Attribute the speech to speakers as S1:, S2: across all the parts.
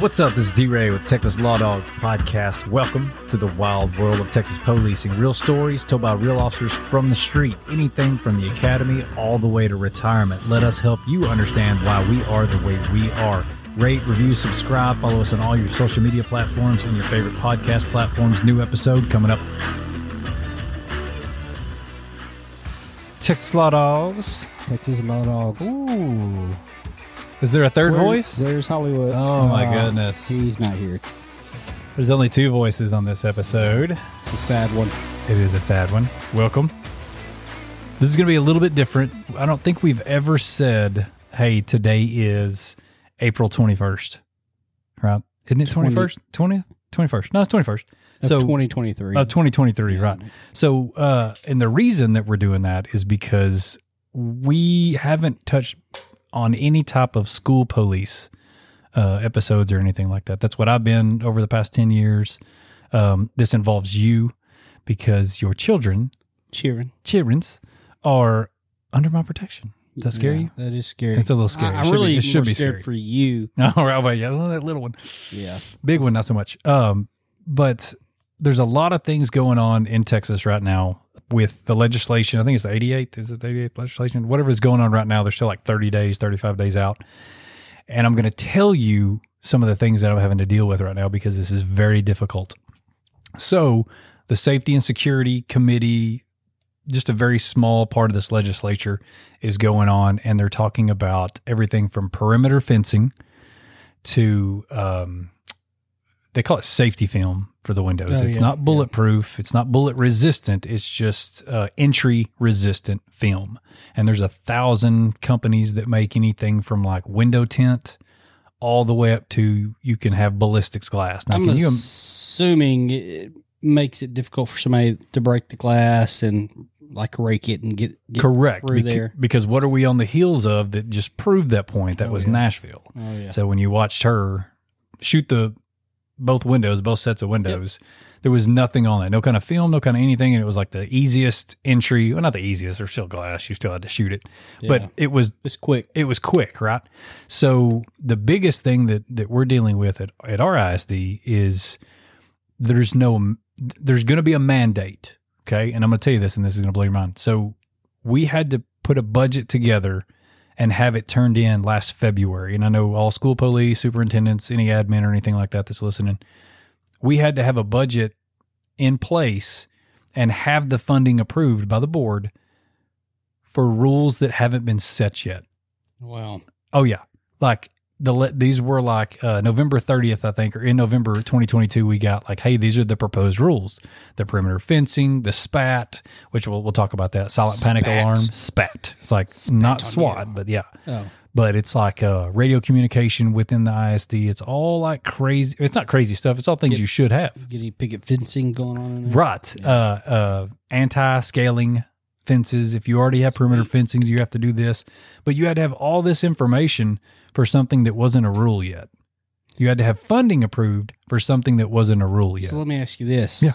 S1: What's up? This is D Ray with Texas Law Dogs Podcast. Welcome to the wild world of Texas policing. Real stories told by real officers from the street, anything from the academy all the way to retirement. Let us help you understand why we are the way we are. Rate, review, subscribe, follow us on all your social media platforms and your favorite podcast platforms. New episode coming up. Texas Law Dogs.
S2: Texas Law Dogs.
S1: Ooh. Is there a third
S2: Where-
S1: voice?
S2: Where's Hollywood?
S1: Oh, my
S2: Uh,
S1: goodness.
S2: He's not here.
S1: There's only two voices on this episode.
S2: It's a sad one.
S1: It is a sad one. Welcome. This is going to be a little bit different. I don't think we've ever said, hey, today is April 21st, right? Isn't it
S2: Twenty-
S1: 21st? 20th? 21st. No, it's 21st.
S2: Of
S1: so,
S2: 2023.
S1: of 2023,
S2: Yeah.
S1: Uh, right. So, uh, and the reason that we're doing that is because we haven't touched on any type of school police uh, episodes or anything like that. That's what I've been over the past 10 years. Um, this involves you because your children,
S2: Cheering.
S1: children's, are under my protection. Does that scare
S2: Yeah,
S1: you?
S2: That is scary.
S1: It's a little scary.
S2: I,
S1: It
S2: am
S1: should be-
S2: really
S1: it should
S2: more
S1: be
S2: scared
S1: scary.
S2: for you.
S1: All right, well, yeah, that little one.
S2: Yeah.
S1: Big one, not so much. Um, but there's a lot of things going on in Texas right now with the legislation. I think it's the 88th. Is it the 88th legislation? Whatever is going on right now, they're still like 30 days, 35 days out. And I'm going to tell you some of the things that I'm having to deal with right now because this is very difficult. So, the Safety and Security Committee, just a very small part of this legislature, is going on, and they're talking about everything from perimeter fencing to um, they call it safety film for the windows.
S2: Oh,
S1: it's
S2: yeah,
S1: not
S2: yeah.
S1: bulletproof, it's not bullet resistant, it's just uh, entry resistant film. And there's a thousand companies that make anything from like window tint. All the way up to you can have ballistics glass. Now,
S2: I'm
S1: can you
S2: assuming it makes it difficult for somebody to break the glass and like rake it and get. get
S1: correct
S2: through
S1: becau-
S2: there.
S1: because what are we on the heels of that just proved that point that
S2: Oh,
S1: was
S2: yeah.
S1: nashville
S2: oh, yeah.
S1: so when you watched her shoot the both windows both sets of windows there was nothing on it no kind of film no kind of anything and it was like the easiest entry well not the easiest there's still glass you still had to shoot it
S2: Yeah.
S1: but it was
S2: it's quick.
S1: it was quick, right? So the biggest thing that that we're dealing with at, at our ISD is there's no there's going to be a mandate, okay? And I'm going to tell you this, and this is going to blow your mind. So we had to put a budget together and have it turned in last February. And I know all school police, superintendents, any admin or anything like that that's listening, we had to have a budget in place and have the funding approved by the board for rules that haven't been set yet.
S2: Wow.
S1: Oh yeah, like the le- these were like uh, November 30th, I think, or in November 2022, we got like, hey, these are the proposed rules: the perimeter fencing, the SPAT, which we'll we'll talk about that silent panic
S2: Spat.
S1: alarm, SPAT. It's like not
S2: on
S1: SWAT,
S2: you.
S1: but yeah,
S2: Oh.
S1: but it's like uh, radio communication within the ISD. It's all like crazy. It's not crazy stuff. It's all things
S2: Yep.
S1: you should have.
S2: Get any picket fencing going on in there?
S1: Right. Uh, uh, anti scaling fences. If you already have perimeter fencing, you have to do this. But you had to have all this information for something that wasn't a rule yet. You had to have funding approved for something that wasn't a rule yet.
S2: So let me ask you this.
S1: Yeah.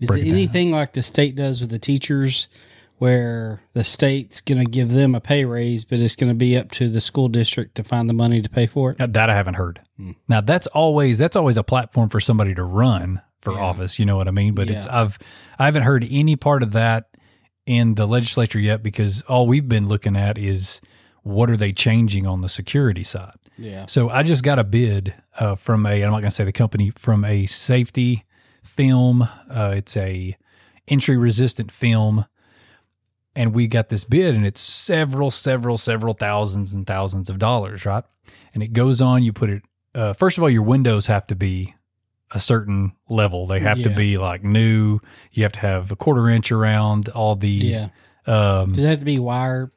S2: Is
S1: Break
S2: it
S1: it down.
S2: anything like the state does with the teachers where the state's going to give them a pay raise, but it's going to be up to the school district to find the money to pay for it?
S1: Now, that I haven't heard.
S2: Hmm.
S1: Now that's always that's always a platform for somebody to run for
S2: Yeah.
S1: office. You know what I mean? But it's
S2: Yeah.
S1: I've I haven't heard any part of that in the legislature yet because all we've been looking at is what are they changing on the security side.
S2: Yeah.
S1: So I just got a bid uh, from a. I'm not going to say the company from a safety film. Uh, it's a entry resistant film, and we got this bid, and it's several, several, several thousands and thousands of dollars, right? And it goes on. You put it. Uh, first of all, your windows have to be a certain level. They have to
S2: Yeah.
S1: be like new. You have to have a quarter inch around all the.
S2: Yeah.
S1: Um,
S2: Does it have to be wire,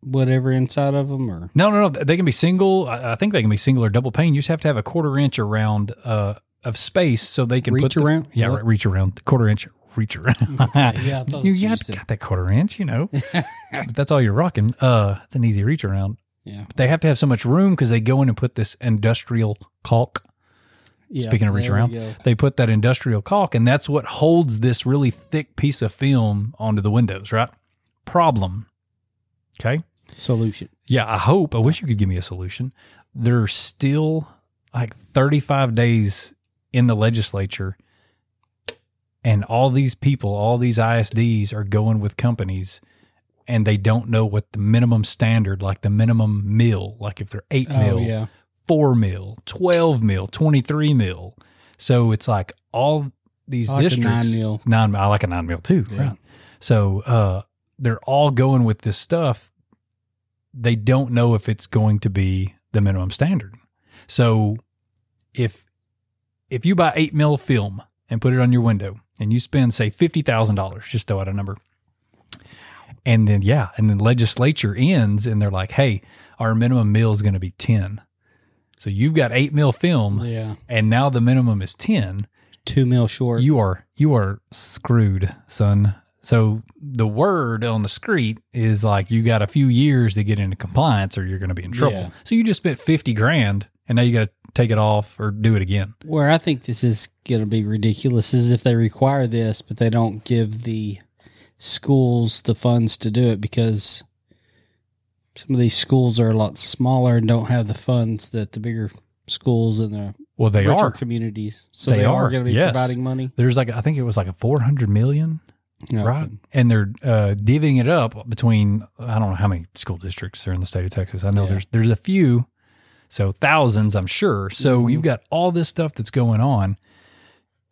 S2: whatever inside of them, or
S1: No, no, no. They can be single. I I think they can be single or double pane. You just have to have a quarter inch around uh, of space so they can put
S2: reach
S1: the-
S2: around?
S1: Yeah, right, reach around. Quarter inch, reach around.
S2: yeah. I thought
S1: you
S2: that's
S1: you
S2: what
S1: got,
S2: said.
S1: got that quarter inch, you know. But that's all you're rocking. Uh, it's an easy reach around.
S2: Yeah.
S1: But they have to have so much room because they go in and put this industrial caulk.
S2: Yeah,
S1: Speaking of reach
S2: there we
S1: around.
S2: go.
S1: They put that industrial caulk, and that's what holds this really thick piece of film onto the windows, right? Problem. Okay.
S2: Solution.
S1: Yeah, I hope. I wish you could give me a solution. They're still, I like 35 days in the legislature and all these people, all these ISDs are going with companies and they don't know what the minimum standard, like the minimum mill, like if they're eight
S2: Oh
S1: mil,
S2: yeah.
S1: four mil, 12 mil, 23 mil. So it's like all these
S2: I like the
S1: districts.
S2: nine mil.
S1: nine, I like a nine mil too.
S2: Yeah.
S1: Right. So uh, they're all going with this stuff. They don't know if it's going to be the minimum standard. So if if you buy eight mil film and put it on your window and you spend say fifty thousand dollars, just throw out a number. And then yeah, and then legislature ends and they're like, hey, our minimum mill is going to be ten. So you've got eight mil film
S2: Yeah.
S1: and now the minimum is ten
S2: Two mil short.
S1: you are you are screwed, son. So the word on the street is like you got a few years to get into compliance, or you're going to be in trouble.
S2: Yeah.
S1: So you just spent fifty grand, and now you got to take it off or do it again.
S2: Where I think this is going to be ridiculous is if they require this, but they don't give the schools the funds to do it because some of these schools are a lot smaller and don't have the funds that the bigger schools and the
S1: Well, they
S2: richer
S1: are.
S2: communities. So
S1: They
S2: they, are,
S1: are,
S2: going to be
S1: yes.
S2: providing money.
S1: There's like I think it was like a four hundred million,
S2: No,
S1: right? And they're uh, divvying it up between I don't know how many school districts are in the state of Texas. I know
S2: Yeah.
S1: there's there's a few, so thousands, I'm sure. So
S2: Mhm.
S1: you've got all this stuff that's going on,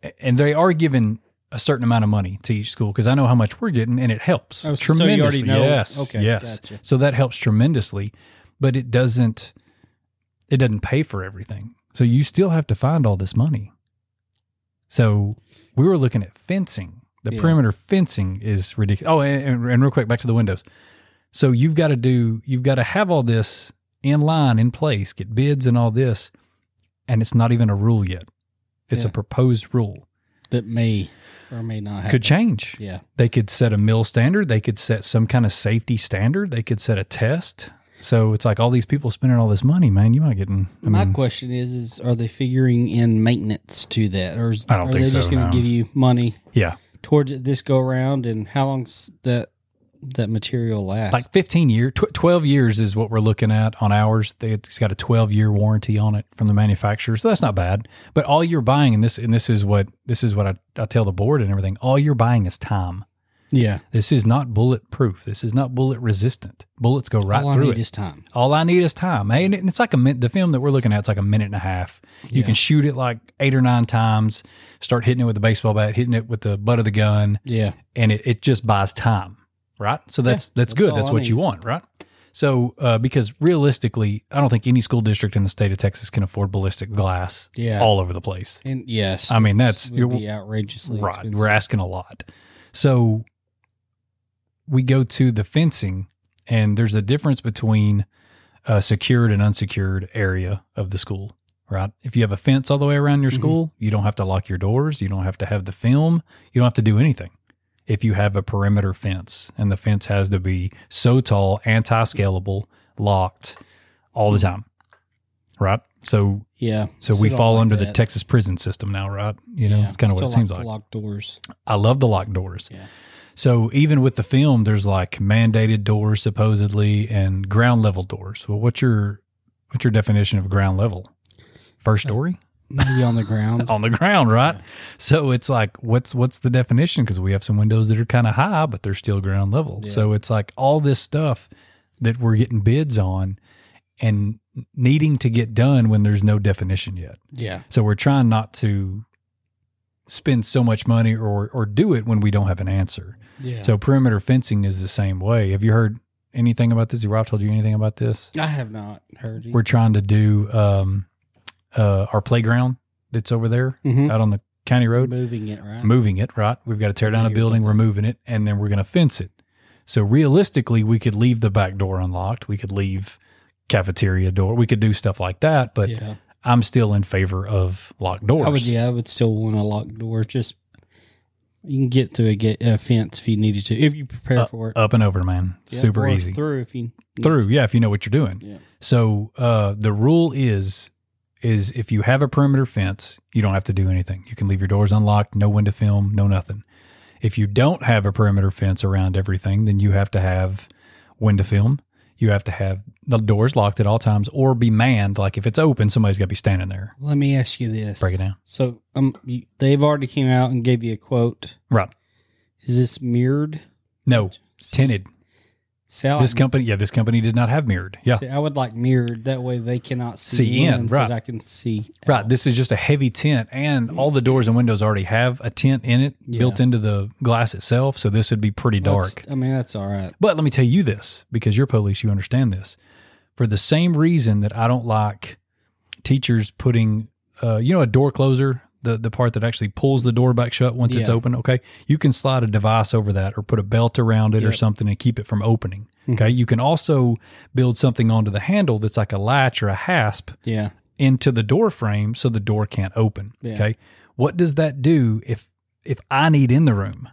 S1: A- and they are giving a certain amount of money to each school because I know how much we're getting, and it helps
S2: Oh, so you already
S1: tremendously.
S2: know-
S1: Yes,
S2: okay,
S1: yes.
S2: gotcha.
S1: So that helps tremendously, but it doesn't it doesn't pay for everything. So you still have to find all this money. So we were looking at fencing. The
S2: Yeah.
S1: perimeter fencing is ridiculous. Oh, and, and, and real quick, back to the windows. So you've got to do, you've got to have all this in line, in place, get bids and all this. And it's not even a rule yet. It's
S2: Yeah.
S1: a proposed rule.
S2: that may or may not have.
S1: Could change.
S2: yeah.
S1: They could set a mill standard. They could set some kind of safety standard. They could set a test. So it's like all these people spending all this money, man. You might get in. I
S2: My
S1: mean,
S2: question is: Is are they figuring in maintenance to that, or is,
S1: I don't
S2: are
S1: think
S2: they
S1: so,
S2: just going to
S1: no.
S2: give you money
S1: yeah,
S2: towards it this go around, and how long's that that material last?
S1: like 15 year, tw- 12 years is what we're looking at on ours. They- It's got a 12 year warranty on it from the manufacturer. So that's not bad. But all you're buying, and this, and this is what, this is what I, I tell the board and everything. All you're buying is time.
S2: yeah,
S1: This is not bulletproof. This is not bullet resistant. Bullets go right
S2: all I
S1: through
S2: need
S1: it.
S2: is time.
S1: All I need is time. Hey, and it- and it's like a min- the film that we're looking at. It's like a minute and a half. You
S2: Yeah.
S1: can shoot it like eight or nine times. Start hitting it with a baseball bat, hitting it with the butt of the gun,
S2: Yeah,
S1: and it, it just buys time, right? So that's that's,
S2: that's
S1: good.
S2: all
S1: That's
S2: I
S1: what you
S2: need.
S1: want, right? So uh, because realistically, I don't think any school district in the state of Texas can afford ballistic glass
S2: yeah,
S1: all over the place.
S2: and yes,
S1: I mean, that's-
S2: would be outrageously
S1: Right.
S2: expensive.
S1: We're asking a lot. So we go to the fencing, and there's a difference between a secured and unsecured area of the school, right? If you have a fence all the way around your
S2: Mhm.
S1: school, you don't have to lock your doors, you don't have to have the film, you don't have to do anything. If you have a perimeter fence, and the fence has to be so tall, anti scalable, locked all the time, right? So,
S2: Yeah,
S1: so
S2: Still
S1: we
S2: don't
S1: fall
S2: like
S1: under the
S2: that.
S1: Texas prison system now, right? You know,
S2: Yeah,
S1: it's kind of what it
S2: still
S1: seems
S2: the
S1: like.
S2: Locked doors.
S1: I love the locked doors.
S2: Yeah.
S1: So even with the film, there's like mandated doors supposedly and ground level doors. Well, what's your what's your definition of ground level? First story
S2: Maybe on the ground.
S1: on the ground, right?
S2: Yeah.
S1: So it's like what's what's the definition? Because we have some windows that are kind of high, but they're still ground level.
S2: Yeah.
S1: So it's like all this stuff that we're getting bids on and needing to get done when there's no definition yet.
S2: Yeah,
S1: So we're trying not to spend so much money or or do it when we don't have an answer.
S2: yeah.
S1: So perimeter fencing is the same way. Have you heard anything about this? Has Rob told you anything about this?
S2: I have not heard.
S1: We're trying to do um, uh, our playground that's over there
S2: Mhm.
S1: out on the county road,
S2: moving it right.
S1: moving it. Right, we've got to tear down
S2: Mm-hmm. Yeah,
S1: a
S2: you're
S1: building, we're moving it, and then we're going to fence it. So realistically, we could leave the back door unlocked. We could leave cafeteria door. We could do stuff like that. But
S2: yeah,
S1: I'm still in favor of locked doors.
S2: I would. Yeah, I would still want a locked door. Just you can get through a, gate, a fence if you needed to, if you prepare for it.
S1: up and over, man.
S2: Yeah,
S1: Uh, Super
S2: or
S1: easy.
S2: through if you need
S1: Through, yeah, if you know what you're doing.
S2: Yeah.
S1: So uh, the rule is is if you have a perimeter fence, you don't have to do anything. You can leave your doors unlocked, no window film, no nothing. If you don't have a perimeter fence around everything, then you have to have window film. you have to have the doors locked at all times or be manned. Like if it's open, somebody's got to be standing there.
S2: Let me ask you this.
S1: Break it down.
S2: So um, you- they've already came out and gave you a quote.
S1: Right.
S2: Is this mirrored?
S1: No, it's tinted.
S2: See, I
S1: This
S2: like,
S1: company, yeah, this company did not have mirrored. Yeah.
S2: see, I would like mirrored. That way they cannot see,
S1: See in, right.
S2: But I can see.
S1: Right. This is just a heavy tint, and all the doors and windows already have a tint in it
S2: Yeah.
S1: built into the glass itself. So this would be pretty dark.
S2: That's- I mean, that's all right.
S1: But let me tell you this, because you're police, you understand this. For the same reason that I don't like teachers putting, uh, you know, a door closer, the the part that actually pulls the door back shut once it's
S2: Yeah.
S1: open. Okay, you can slide a device over that, or put a belt around it, or
S2: Yep. Mm-hmm.
S1: something, and keep it from opening. Okay, you can also build something onto the handle that's like a latch or a hasp
S2: Yeah.
S1: into the door frame so the door can't open.
S2: Yeah.
S1: Okay, what does that do if if I need in the room?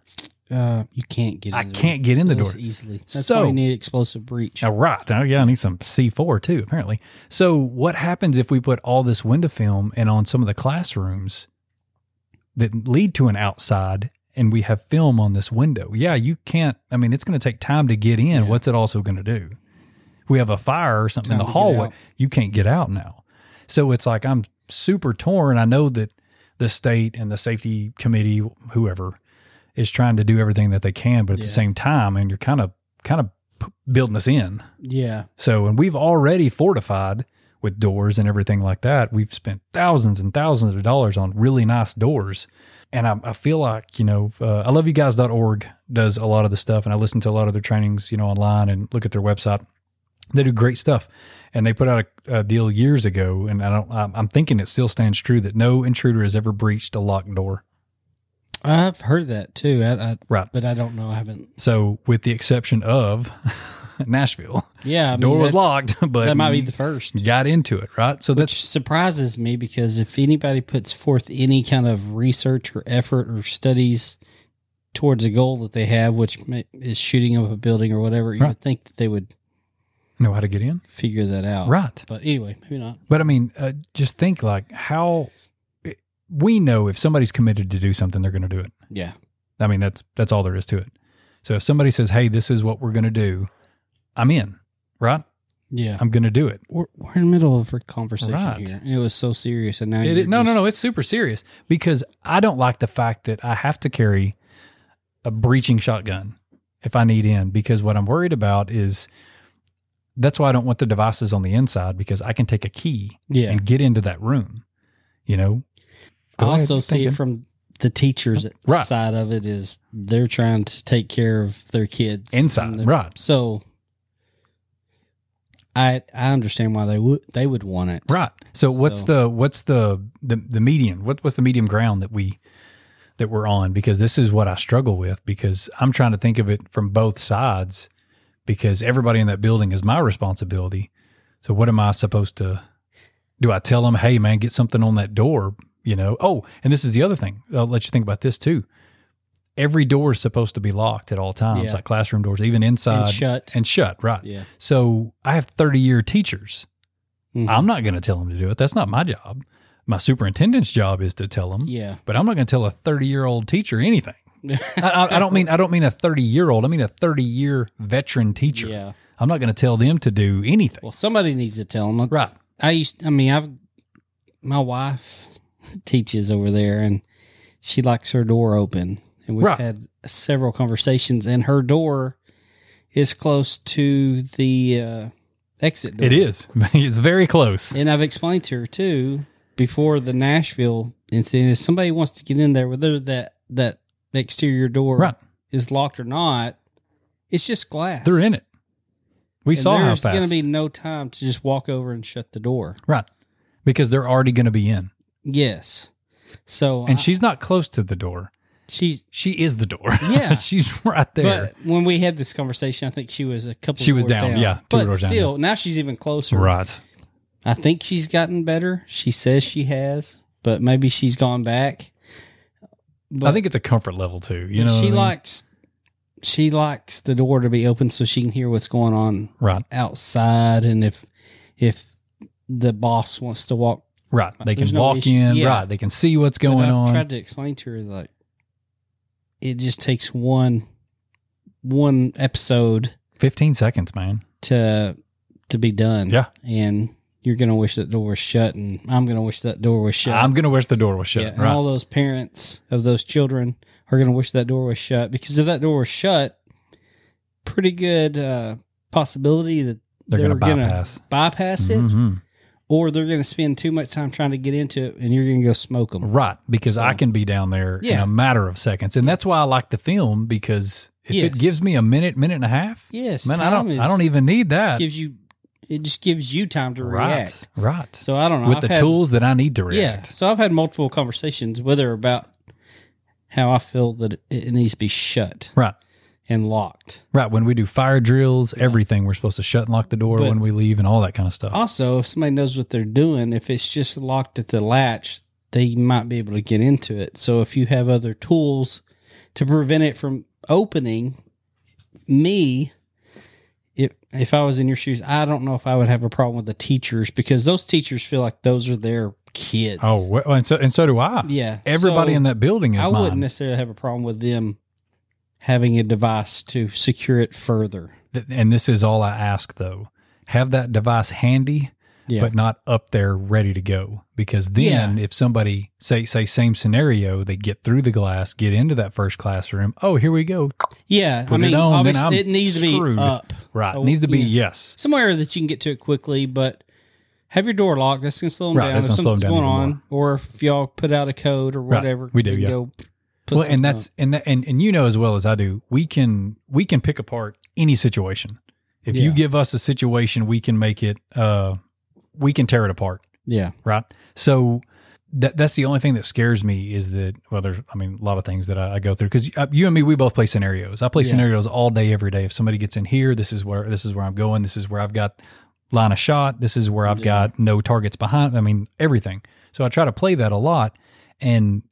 S2: Uh, you can't get. In
S1: I
S2: the
S1: can't get in the door.
S2: those easily. That's
S1: So-
S2: why you need explosive breach.
S1: Now, right. Now, yeah, I need some C4 too, apparently. So, what happens if we put all this window film and on some of the classrooms that lead to an outside and we have film on this window? Yeah, you can't. I mean, it's going to take time to get in.
S2: Yeah.
S1: What's it also going to do? If we have a fire or something
S2: Time
S1: in the
S2: to get
S1: hallway.
S2: out.
S1: You can't get out now. So, it's like I'm super torn. I know that the state and the safety committee, whoever, is trying to do everything that they can, but at
S2: Yeah.
S1: the same time, and you're kind of, kind of p- building us in.
S2: Yeah.
S1: So, and we've already fortified with doors and everything like that. We've spent thousands and thousands of dollars on really nice doors. And I, I feel like, you know, uh, I love you guys.org does a lot of the stuff. And I listen to a lot of their trainings, you know, online and look at their website. They do great stuff. And they put out a, a deal years ago. And I don't, I'm, I'm thinking it still stands true that no intruder has ever breached a locked door.
S2: I've heard that too. I, I,
S1: Right.
S2: But I don't know. I haven't.
S1: So, with the exception of Nashville,
S2: Yeah. I mean,
S1: door was
S2: that's-
S1: locked, but
S2: That might be
S1: you
S2: the first.
S1: got into it, right? So, that's
S2: Which surprises me because if anybody puts forth any kind of research or effort or studies towards a goal that they have, which may, is shooting up a building or whatever, you
S1: Right.
S2: would think that they would
S1: know how to get in.
S2: figure that out.
S1: Right.
S2: But anyway, maybe not.
S1: But I mean, uh, just think like how we know if somebody's committed to do something, they're going to do it.
S2: Yeah.
S1: I mean, that's that's all there is to it. So if somebody says, "Hey, this is what we're going to do," I'm in, right?
S2: Yeah.
S1: I'm going to do it.
S2: we're, we're in the middle of a conversation
S1: Right.
S2: here. And it was so serious. And now
S1: It-
S2: you're
S1: it- no, no,
S2: just-
S1: no. It's super serious because I don't like the fact that I have to carry a breaching shotgun if I need in because what I'm worried about is that's why I don't want the devices on the inside because I can take a key
S2: Yeah.
S1: and get into that room. You know,
S2: I
S1: Go ahead,
S2: also
S1: keep
S2: see
S1: thinking.
S2: it from the teachers'
S1: Right.
S2: side of it is they're trying to take care of their kids
S1: Inside,
S2: And they're-
S1: right.
S2: So I I understand why they would they would want it.
S1: Right. So what's
S2: So-
S1: the what's the the, the median? What, what's the medium ground that we that we're on? Because this is what I struggle with because I'm trying to think of it from both sides because everybody in that building is my responsibility. So what am I supposed to do? I tell them, "Hey man, get something on that door," you know. Oh, and this is the other thing. I'll let you think about this too. Every door is supposed to be locked at all times,
S2: Yeah.
S1: like classroom doors, even inside
S2: And shut.
S1: and shut, right?
S2: yeah.
S1: So I have 30 year teachers.
S2: Mhm.
S1: I'm not going to tell them to do it. That's not my job. My superintendent's job is to tell them,
S2: Yeah.
S1: but I'm not going to tell a 30 year old teacher anything. I, I, I don't mean I don't mean a 30 year old. I mean a 30 year veteran teacher.
S2: Yeah.
S1: I'm not going to tell them to do anything.
S2: Well, somebody needs to tell them.
S1: right.
S2: I used I mean, I've my wife teaches over there and she likes her door open. And we've
S1: Right.
S2: had several conversations and her door is close to the uh, exit door.
S1: It is. it's very close.
S2: And I've explained to her too before the Nashville incident if somebody wants to get in there, whether that that exterior door
S1: Right.
S2: is locked or not, it's just glass.
S1: They're in it. We
S2: And
S1: saw how
S2: there's
S1: fast.
S2: gonna be no time to just walk over and shut the door.
S1: right. Because they're already going to be in.
S2: Yes. So
S1: And
S2: I-
S1: she's not close to the door.
S2: she's
S1: She is the door.
S2: Yeah.
S1: she's right there.
S2: But when we had this conversation, I think she was a couple.
S1: She was
S2: doors
S1: down, yeah, two
S2: but
S1: doors down,
S2: still, now she's even closer.
S1: right.
S2: I think she's gotten better. She says she has, but maybe she's gone back. But
S1: I think it's a comfort level too. You know, what I
S2: she
S1: mean?
S2: likes she likes the door to be open so she can hear what's going on
S1: right.
S2: outside, and if if the boss wants to walk
S1: Right. They
S2: There's
S1: can
S2: no
S1: walk
S2: issue.
S1: in.
S2: Yeah.
S1: Right. They can see what's
S2: but
S1: going
S2: I've
S1: on.
S2: tried to explain to her like it just takes one one episode
S1: 15 seconds, man.
S2: to to be done.
S1: Yeah.
S2: And you're gonna wish that door was shut, and I'm gonna wish that door was shut.
S1: I'm gonna wish the door was shut.
S2: yeah, and
S1: right.
S2: all those parents of those children are going to wish that door was shut because if that door was shut, pretty good uh, possibility that
S1: They're
S2: they
S1: gonna
S2: were gonna
S1: bypass.
S2: bypass it,
S1: Mhm.
S2: or they're going to spend too much time trying to get into it, and you're going to go smoke them.
S1: Right, because I
S2: So-
S1: can be down there in
S2: Yeah.
S1: a matter of seconds, and that's why I like the film because if it
S2: Yes.
S1: gives me a minute, minute and a half,
S2: Yes,
S1: man, I
S2: time
S1: don't,
S2: is-
S1: I don't even need that.
S2: gives you it just gives you time to
S1: right,
S2: react.
S1: right,
S2: So I don't know
S1: with
S2: I've
S1: the
S2: had-
S1: tools that I need to
S2: Yeah,
S1: react.
S2: so I've had multiple conversations whether about how I feel that it, it needs to be shut
S1: Right,
S2: and locked.
S1: right. When we do fire drills, everything we're supposed to shut and lock the door
S2: But-
S1: when we leave, and all that kind of stuff.
S2: Also, if somebody knows what they're doing, if it's just locked at the latch, they might be able to get into it. So if you have other tools to prevent it from opening, me, if if I was in your shoes, I don't know if I would have a problem with the teachers because those teachers feel like those are their kids.
S1: oh, well, and so and so do I.
S2: yeah.
S1: Everybody
S2: So
S1: in that building is
S2: I
S1: mine.
S2: wouldn't necessarily have a problem with them having a device to secure it further.
S1: Th- and this is all I ask though. Have that device handy,
S2: Yeah.
S1: but not up there ready to go. Because then if somebody say say same scenario, they get through the glass, get into that first classroom. Oh, here we go.
S2: yeah. I
S1: Put it
S2: mean,
S1: on, then
S2: obviously
S1: I'm
S2: it needs to
S1: screwed.
S2: be up.
S1: Right.
S2: Oh,
S1: Needs to be
S2: yeah.
S1: yes.
S2: somewhere that you can get to it quickly, but have your door locked. That's gonna slow them
S1: Right,
S2: down.
S1: that's
S2: If
S1: gonna slow 'em
S2: something's
S1: down
S2: going
S1: even
S2: on, or if y'all put out a code or
S1: Right,
S2: whatever,
S1: we do,
S2: you
S1: yeah.
S2: Go put
S1: Well,
S2: something
S1: and that's and that and, and you know as well as I do, we can we can pick apart any situation. If you
S2: Yeah.
S1: give us a situation, we can make it uh we can tear it apart.
S2: up. yeah,
S1: right? So that that's the only thing that scares me is that well, there's I mean a lot of things that I, I go through because you and me we both play scenarios. I play
S2: Yeah.
S1: scenarios all day every day. If somebody gets in here, this is where this is where I'm going. This is where I've got line of shot. This is where I've
S2: Yeah.
S1: got no targets behind. I mean everything. So I try to play that a lot, and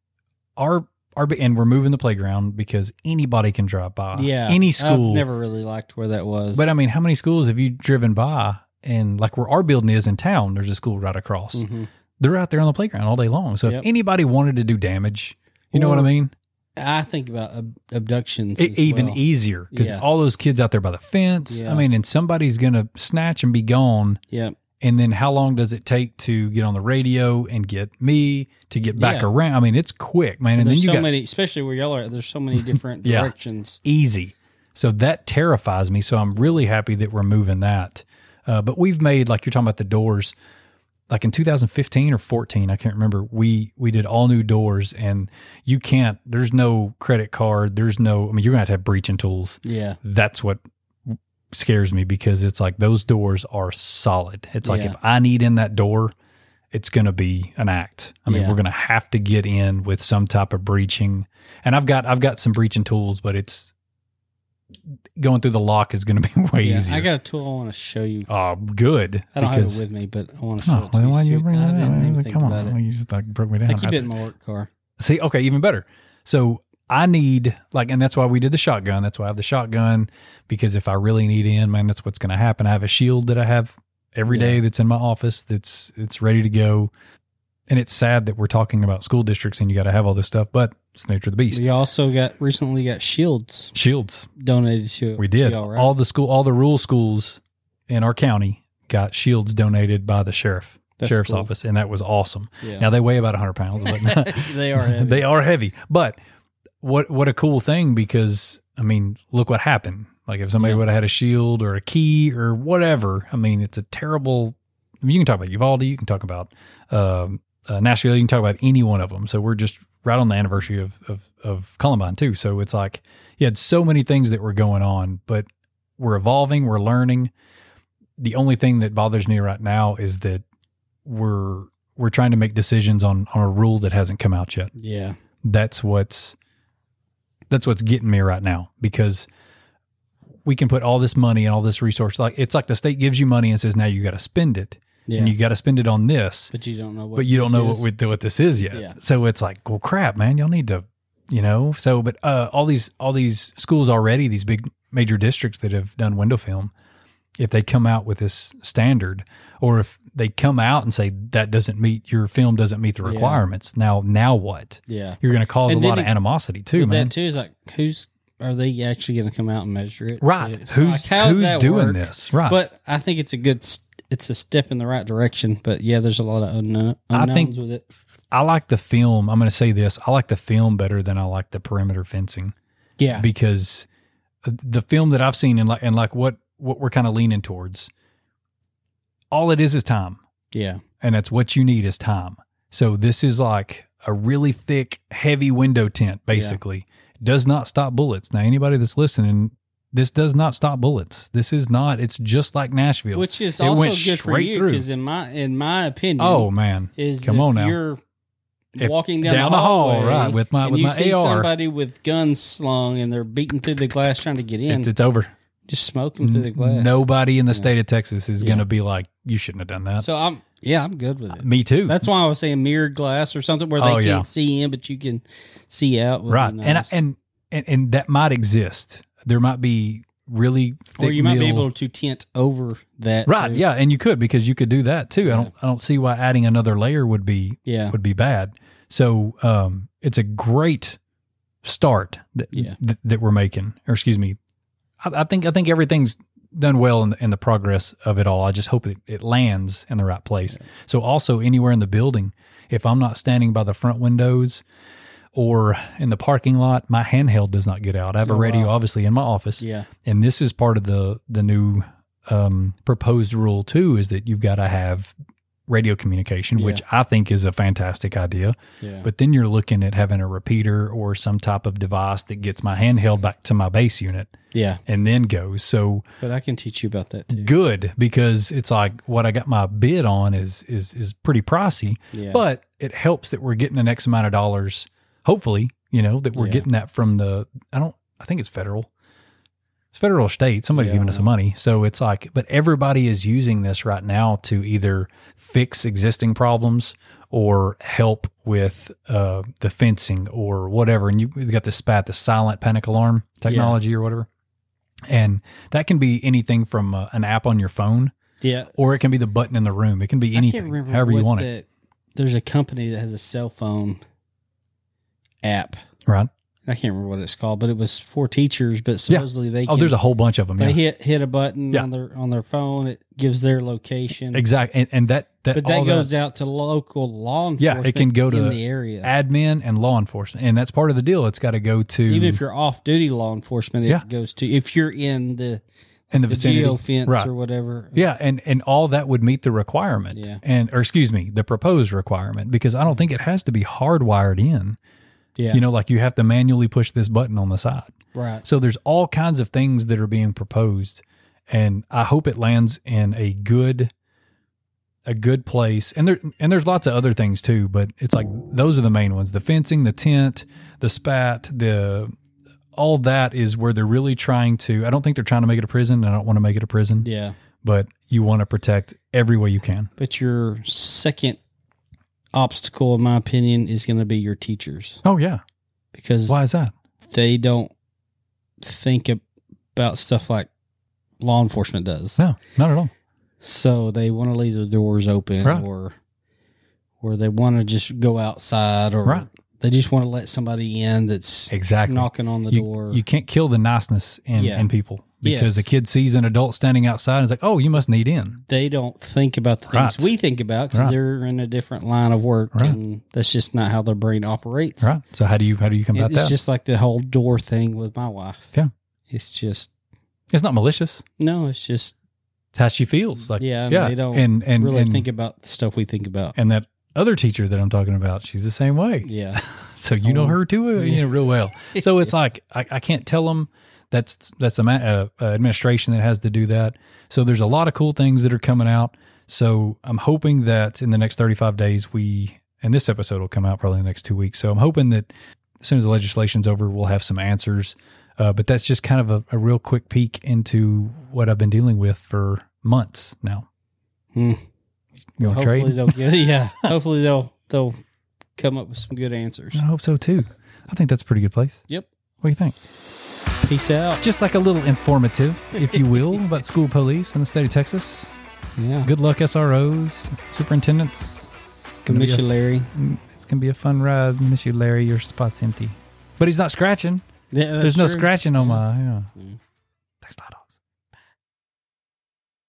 S1: our our and we're moving the playground because anybody can drive by.
S2: yeah.
S1: any
S2: I've
S1: school.
S2: never really liked where that was,
S1: but I mean, how many schools have you driven by? And like where our building is in town, there's a school right across
S2: Mhm.
S1: they're out there on the playground all day long. So
S2: Yep.
S1: if anybody wanted to do damage, you know what I
S2: Or
S1: mean?
S2: I think about ab- abductions.
S1: It,
S2: as
S1: E-, even
S2: well.
S1: easier because
S2: Yeah.
S1: all those kids out there by the fence. I
S2: Yeah.
S1: mean, and somebody's going to snatch and be gone.
S2: yeah,
S1: And then how long does it take to get on the radio and get me to get back
S2: Yeah.
S1: around? I mean, it's quick, man. And,
S2: there's
S1: then you
S2: so
S1: got
S2: many, especially where y'all are. There's so many different
S1: Yeah.
S2: directions.
S1: easy. So that terrifies me. So I'm really happy that we're moving that. Uh, but we've made like you're talking about the doors, like in 2015 or 14, I can't remember. We we did all new doors, and you can't. There's no credit card. There's no. I mean, you're gonna have to have breaching tools.
S2: Yeah,
S1: That's what scares me because it's like those doors are solid. It's like
S2: Yeah.
S1: if I need in that door, it's going to be an act. I mean,
S2: Yeah.
S1: we're going to have to get in with some type of breaching. And I've got I've got some breaching tools, but it's going through the lock is going to be way
S2: yeah.
S1: easier.
S2: I got a tool I want to show you.
S1: oh, good.
S2: I don't
S1: because
S2: have it with me, but I want to show
S1: oh,
S2: it to
S1: well,
S2: you.
S1: why
S2: so
S1: you bring that
S2: I didn't
S1: up?
S2: even think
S1: Come
S2: about
S1: on,
S2: it.
S1: you just like broke me down.
S2: I keep
S1: I-
S2: it in my work car.
S1: See, okay, even better. So I need like, and that's why we did the shotgun. That's why I have the shotgun because if I really need in, man, that's what's going to happen. I have a shield that I have every
S2: Yeah.
S1: day that's in my office. That's it's ready to go. And it's sad that we're talking about school districts and you got to have all this stuff, but it's the nature of the beast.
S2: We also got recently got shields
S1: Shields,
S2: donated to
S1: we
S2: to
S1: did
S2: y'all, right?
S1: all the school, all the rural schools in our county got shields donated by the sheriff,
S2: That's
S1: sheriff's
S2: cool.
S1: office, and that was awesome.
S2: Yeah.
S1: Now they weigh about hundred pounds, but
S2: they are heavy.
S1: they are heavy. But what what a cool thing because I mean, look what happened. Like if somebody
S2: Yeah.
S1: would have had a shield or a key or whatever, I mean, it's a terrible. I mean, you can talk about Uvalde, you can talk about um, uh, Nashville, you can talk about any one of them. So we're just right on the anniversary of of, of Columbine too. So it's like you had so many things that were going on, but we're evolving, we're learning. The only thing that bothers me right now is that we're we're trying to make decisions on on a rule that hasn't come out yet
S2: yeah.
S1: that's what's that's what's getting me right now because we can put all this money and all this resource like it's like the state gives you money and says now you got to spend it
S2: Yeah.
S1: and you got to spend it on this
S2: but you don't know what
S1: but you don't
S2: this
S1: know
S2: is.
S1: what, we- what this is yet
S2: Yeah.
S1: so it's like well crap man y'all need to you know so but uh, all these all these schools already these big major districts that have done window film if they come out with this standard or if they come out and say that doesn't meet your film doesn't meet the
S2: Yeah.
S1: requirements now now what
S2: Yeah.
S1: you're going to cause
S2: And
S1: a
S2: then
S1: lot of
S2: it-
S1: animosity too, man.
S2: That too is like who's are they actually going to come out and measure it?
S1: Right.
S2: It's
S1: who's
S2: like, how does
S1: who's
S2: that
S1: doing
S2: work?
S1: this? Right.
S2: But I think it's a good. s- It's a step in the right direction. But yeah, there's a lot of unknown,
S1: I
S2: unknowns
S1: think-
S2: with it.
S1: I like the film. I'm going to say this. I like the film better than I like the perimeter fencing
S2: Yeah.
S1: because uh, the film that I've seen and like and like what what we're kind of leaning towards, all it is is time,
S2: yeah.
S1: and that's what you need is time. So this is like a really thick, heavy window tint. Basically, does not stop bullets. Now, anybody that's listening, this does not stop bullets. This is not. It's just like Nashville.
S2: Which is
S1: It
S2: also
S1: went
S2: good for
S1: straight
S2: you
S1: through.
S2: because in my in my opinion,
S1: oh man,
S2: is
S1: come
S2: if
S1: on now.
S2: you're
S1: If-
S2: walking down, the,
S1: hall,
S2: hallway,
S1: right, with my-
S2: and
S1: with
S2: you
S1: my
S2: see
S1: AR.
S2: somebody with guns slung and they're beating through the glass trying to get in.
S1: it's, it's over.
S2: just smoke them through the glass.
S1: Nobody in the state of Texas is
S2: Yeah.
S1: going to be like, you shouldn't have done that.
S2: So I'm yeah, I'm good with it.
S1: Me too.
S2: That's why I was saying mirrored glass or something where they
S1: Oh,
S2: can't
S1: yeah.
S2: see in, but you can see out. would be
S1: right. And, I-
S2: nice.
S1: and and and that might exist. There might be really thick
S2: or you might be
S1: meal-
S2: able to tint over that.
S1: Right.
S2: too.
S1: Yeah, and you could because you could do that too. I don't I don't see why adding another layer would be
S2: Yeah.
S1: would be bad. So um, it's a great start that
S2: Yeah.
S1: that- that we're making. Or excuse me, I, I think I think everything's done well in the, in the progress of it all. I just hope it, it lands in the right place. So also anywhere in the building, if I'm not standing by the front windows or in the parking lot, my handheld does not get out. I have a
S2: Oh,
S1: radio
S2: wow.
S1: obviously in my office
S2: Yeah.
S1: and this is part of the the new um, proposed rule too is that you've got to have radio communication which i think is a fantastic idea
S2: Yeah.
S1: but then you're looking at having a repeater or some type of device that gets my handheld back to my base unit
S2: yeah.
S1: and then goes so
S2: But I can teach you about that too.
S1: good because it's like what i got my bid on is is is pretty pricey
S2: Yeah.
S1: but it helps that we're getting an x amount of dollars hopefully you know that we're
S2: Yeah.
S1: getting that from the i don't i think it's federal it's federal or state somebody's
S2: Yeah, I
S1: giving
S2: don't
S1: us money so it's like but everybody is using this right now to either fix existing problems or help with uh, the fencing or whatever and you you've got the spat the silent panic alarm technology or whatever and that can be anything from uh, an app on your phone
S2: yeah.
S1: or it can be the button in the room it can be
S2: I can't
S1: anything
S2: remember
S1: however you
S2: what
S1: want
S2: that- There's a company that has a cell phone app.
S1: it right
S2: I can't remember what it's called, but it was for teachers. But
S1: Yeah.
S2: supposedly they can,
S1: oh there's a whole bunch of them
S2: they
S1: yeah.
S2: hit hit a button
S1: Yeah.
S2: on their on their phone. It gives their location.
S1: Exactly, and, and that that
S2: But that
S1: all
S2: goes out to local law
S1: Yeah,
S2: enforcement.
S1: it can go to
S2: in the area.
S1: admin and law enforcement, and that's part of the deal. It's got to go to
S2: Even if you're off duty law enforcement, it
S1: Yeah.
S2: goes to if you're in the,
S1: in the
S2: the
S1: vicinity.
S2: geo fence
S1: Right.
S2: or whatever.
S1: Yeah, and and all that would meet the requirement,
S2: Yeah.
S1: and or excuse me, the proposed requirement, because I don't think it has to be hardwired in.
S2: yeah,
S1: You know, like you have to manually push this button on the side.
S2: right.
S1: So there's all kinds of things that are being proposed, and I hope it lands in a good, a good place. And there and there's lots of other things too, but it's like those are the main ones: the fencing, the tent, the spat, the all that is where they're really trying to. I don't think they're trying to make it a prison, and I don't want to make it a prison,
S2: Yeah,
S1: but you want to protect every way you can.
S2: but your second obstacle, in my opinion, is going to be your teachers
S1: Oh yeah,
S2: because
S1: why is that?
S2: they don't think ab- about stuff like law enforcement does.
S1: No, not at all.
S2: So they want to leave the doors open
S1: Right.
S2: or or they want to just go outside or
S1: Right.
S2: they just want to let somebody in that's
S1: Exactly.
S2: knocking on the
S1: you,
S2: door.
S1: you can't kill the niceness in,
S2: Yeah.
S1: in people because
S2: Yes.
S1: a kid sees an adult standing outside and is like, oh, you must need in.
S2: they don't think about the things
S1: Right.
S2: we think about because
S1: Right.
S2: they're in a different line of work
S1: Right.
S2: and that's just not how their brain operates.
S1: Right. So how do you how do you
S2: It-
S1: combat
S2: it's
S1: that?
S2: just like the whole door thing with my wife.
S1: Yeah.
S2: It's just
S1: it's not malicious.
S2: no, it's just
S1: It's how she feels. Like
S2: Yeah, and
S1: yeah.
S2: they don't
S1: and and
S2: really
S1: and,
S2: think about the stuff we think about.
S1: and that other teacher that I'm talking about, she's the same way.
S2: Yeah.
S1: So you
S2: Oh.
S1: know her too, uh, you know, real well. So it's like I, I can't tell them that's that's the ma- uh, uh, administration that has to do that. So there's a lot of cool things that are coming out. So I'm hoping that in the next 35 days we and this episode will come out probably in the next two weeks. So I'm hoping that as soon as the legislation's over, we'll have some answers. Uh, but that's just kind of a, a real quick peek into what I've been dealing with for months now.
S2: Hmm.
S1: You want to
S2: hopefully
S1: trade?
S2: they'll get yeah. hopefully they'll they'll come up with some good answers.
S1: I hope so too. I think that's a pretty good place.
S2: Yep.
S1: What do you think?
S2: Peace out.
S1: just like a little informative, if you will, about school police in the state of Texas.
S2: Yeah.
S1: Good luck, SROs, superintendents. It's gonna, be
S2: Commission
S1: a,
S2: Larry.
S1: it's gonna be a fun ride. Miss you, Larry. Your spot's empty, but he's not scratching.
S2: Yeah,
S1: There's
S2: that's
S1: no
S2: true.
S1: scratching on my. Yeah.
S2: Mm.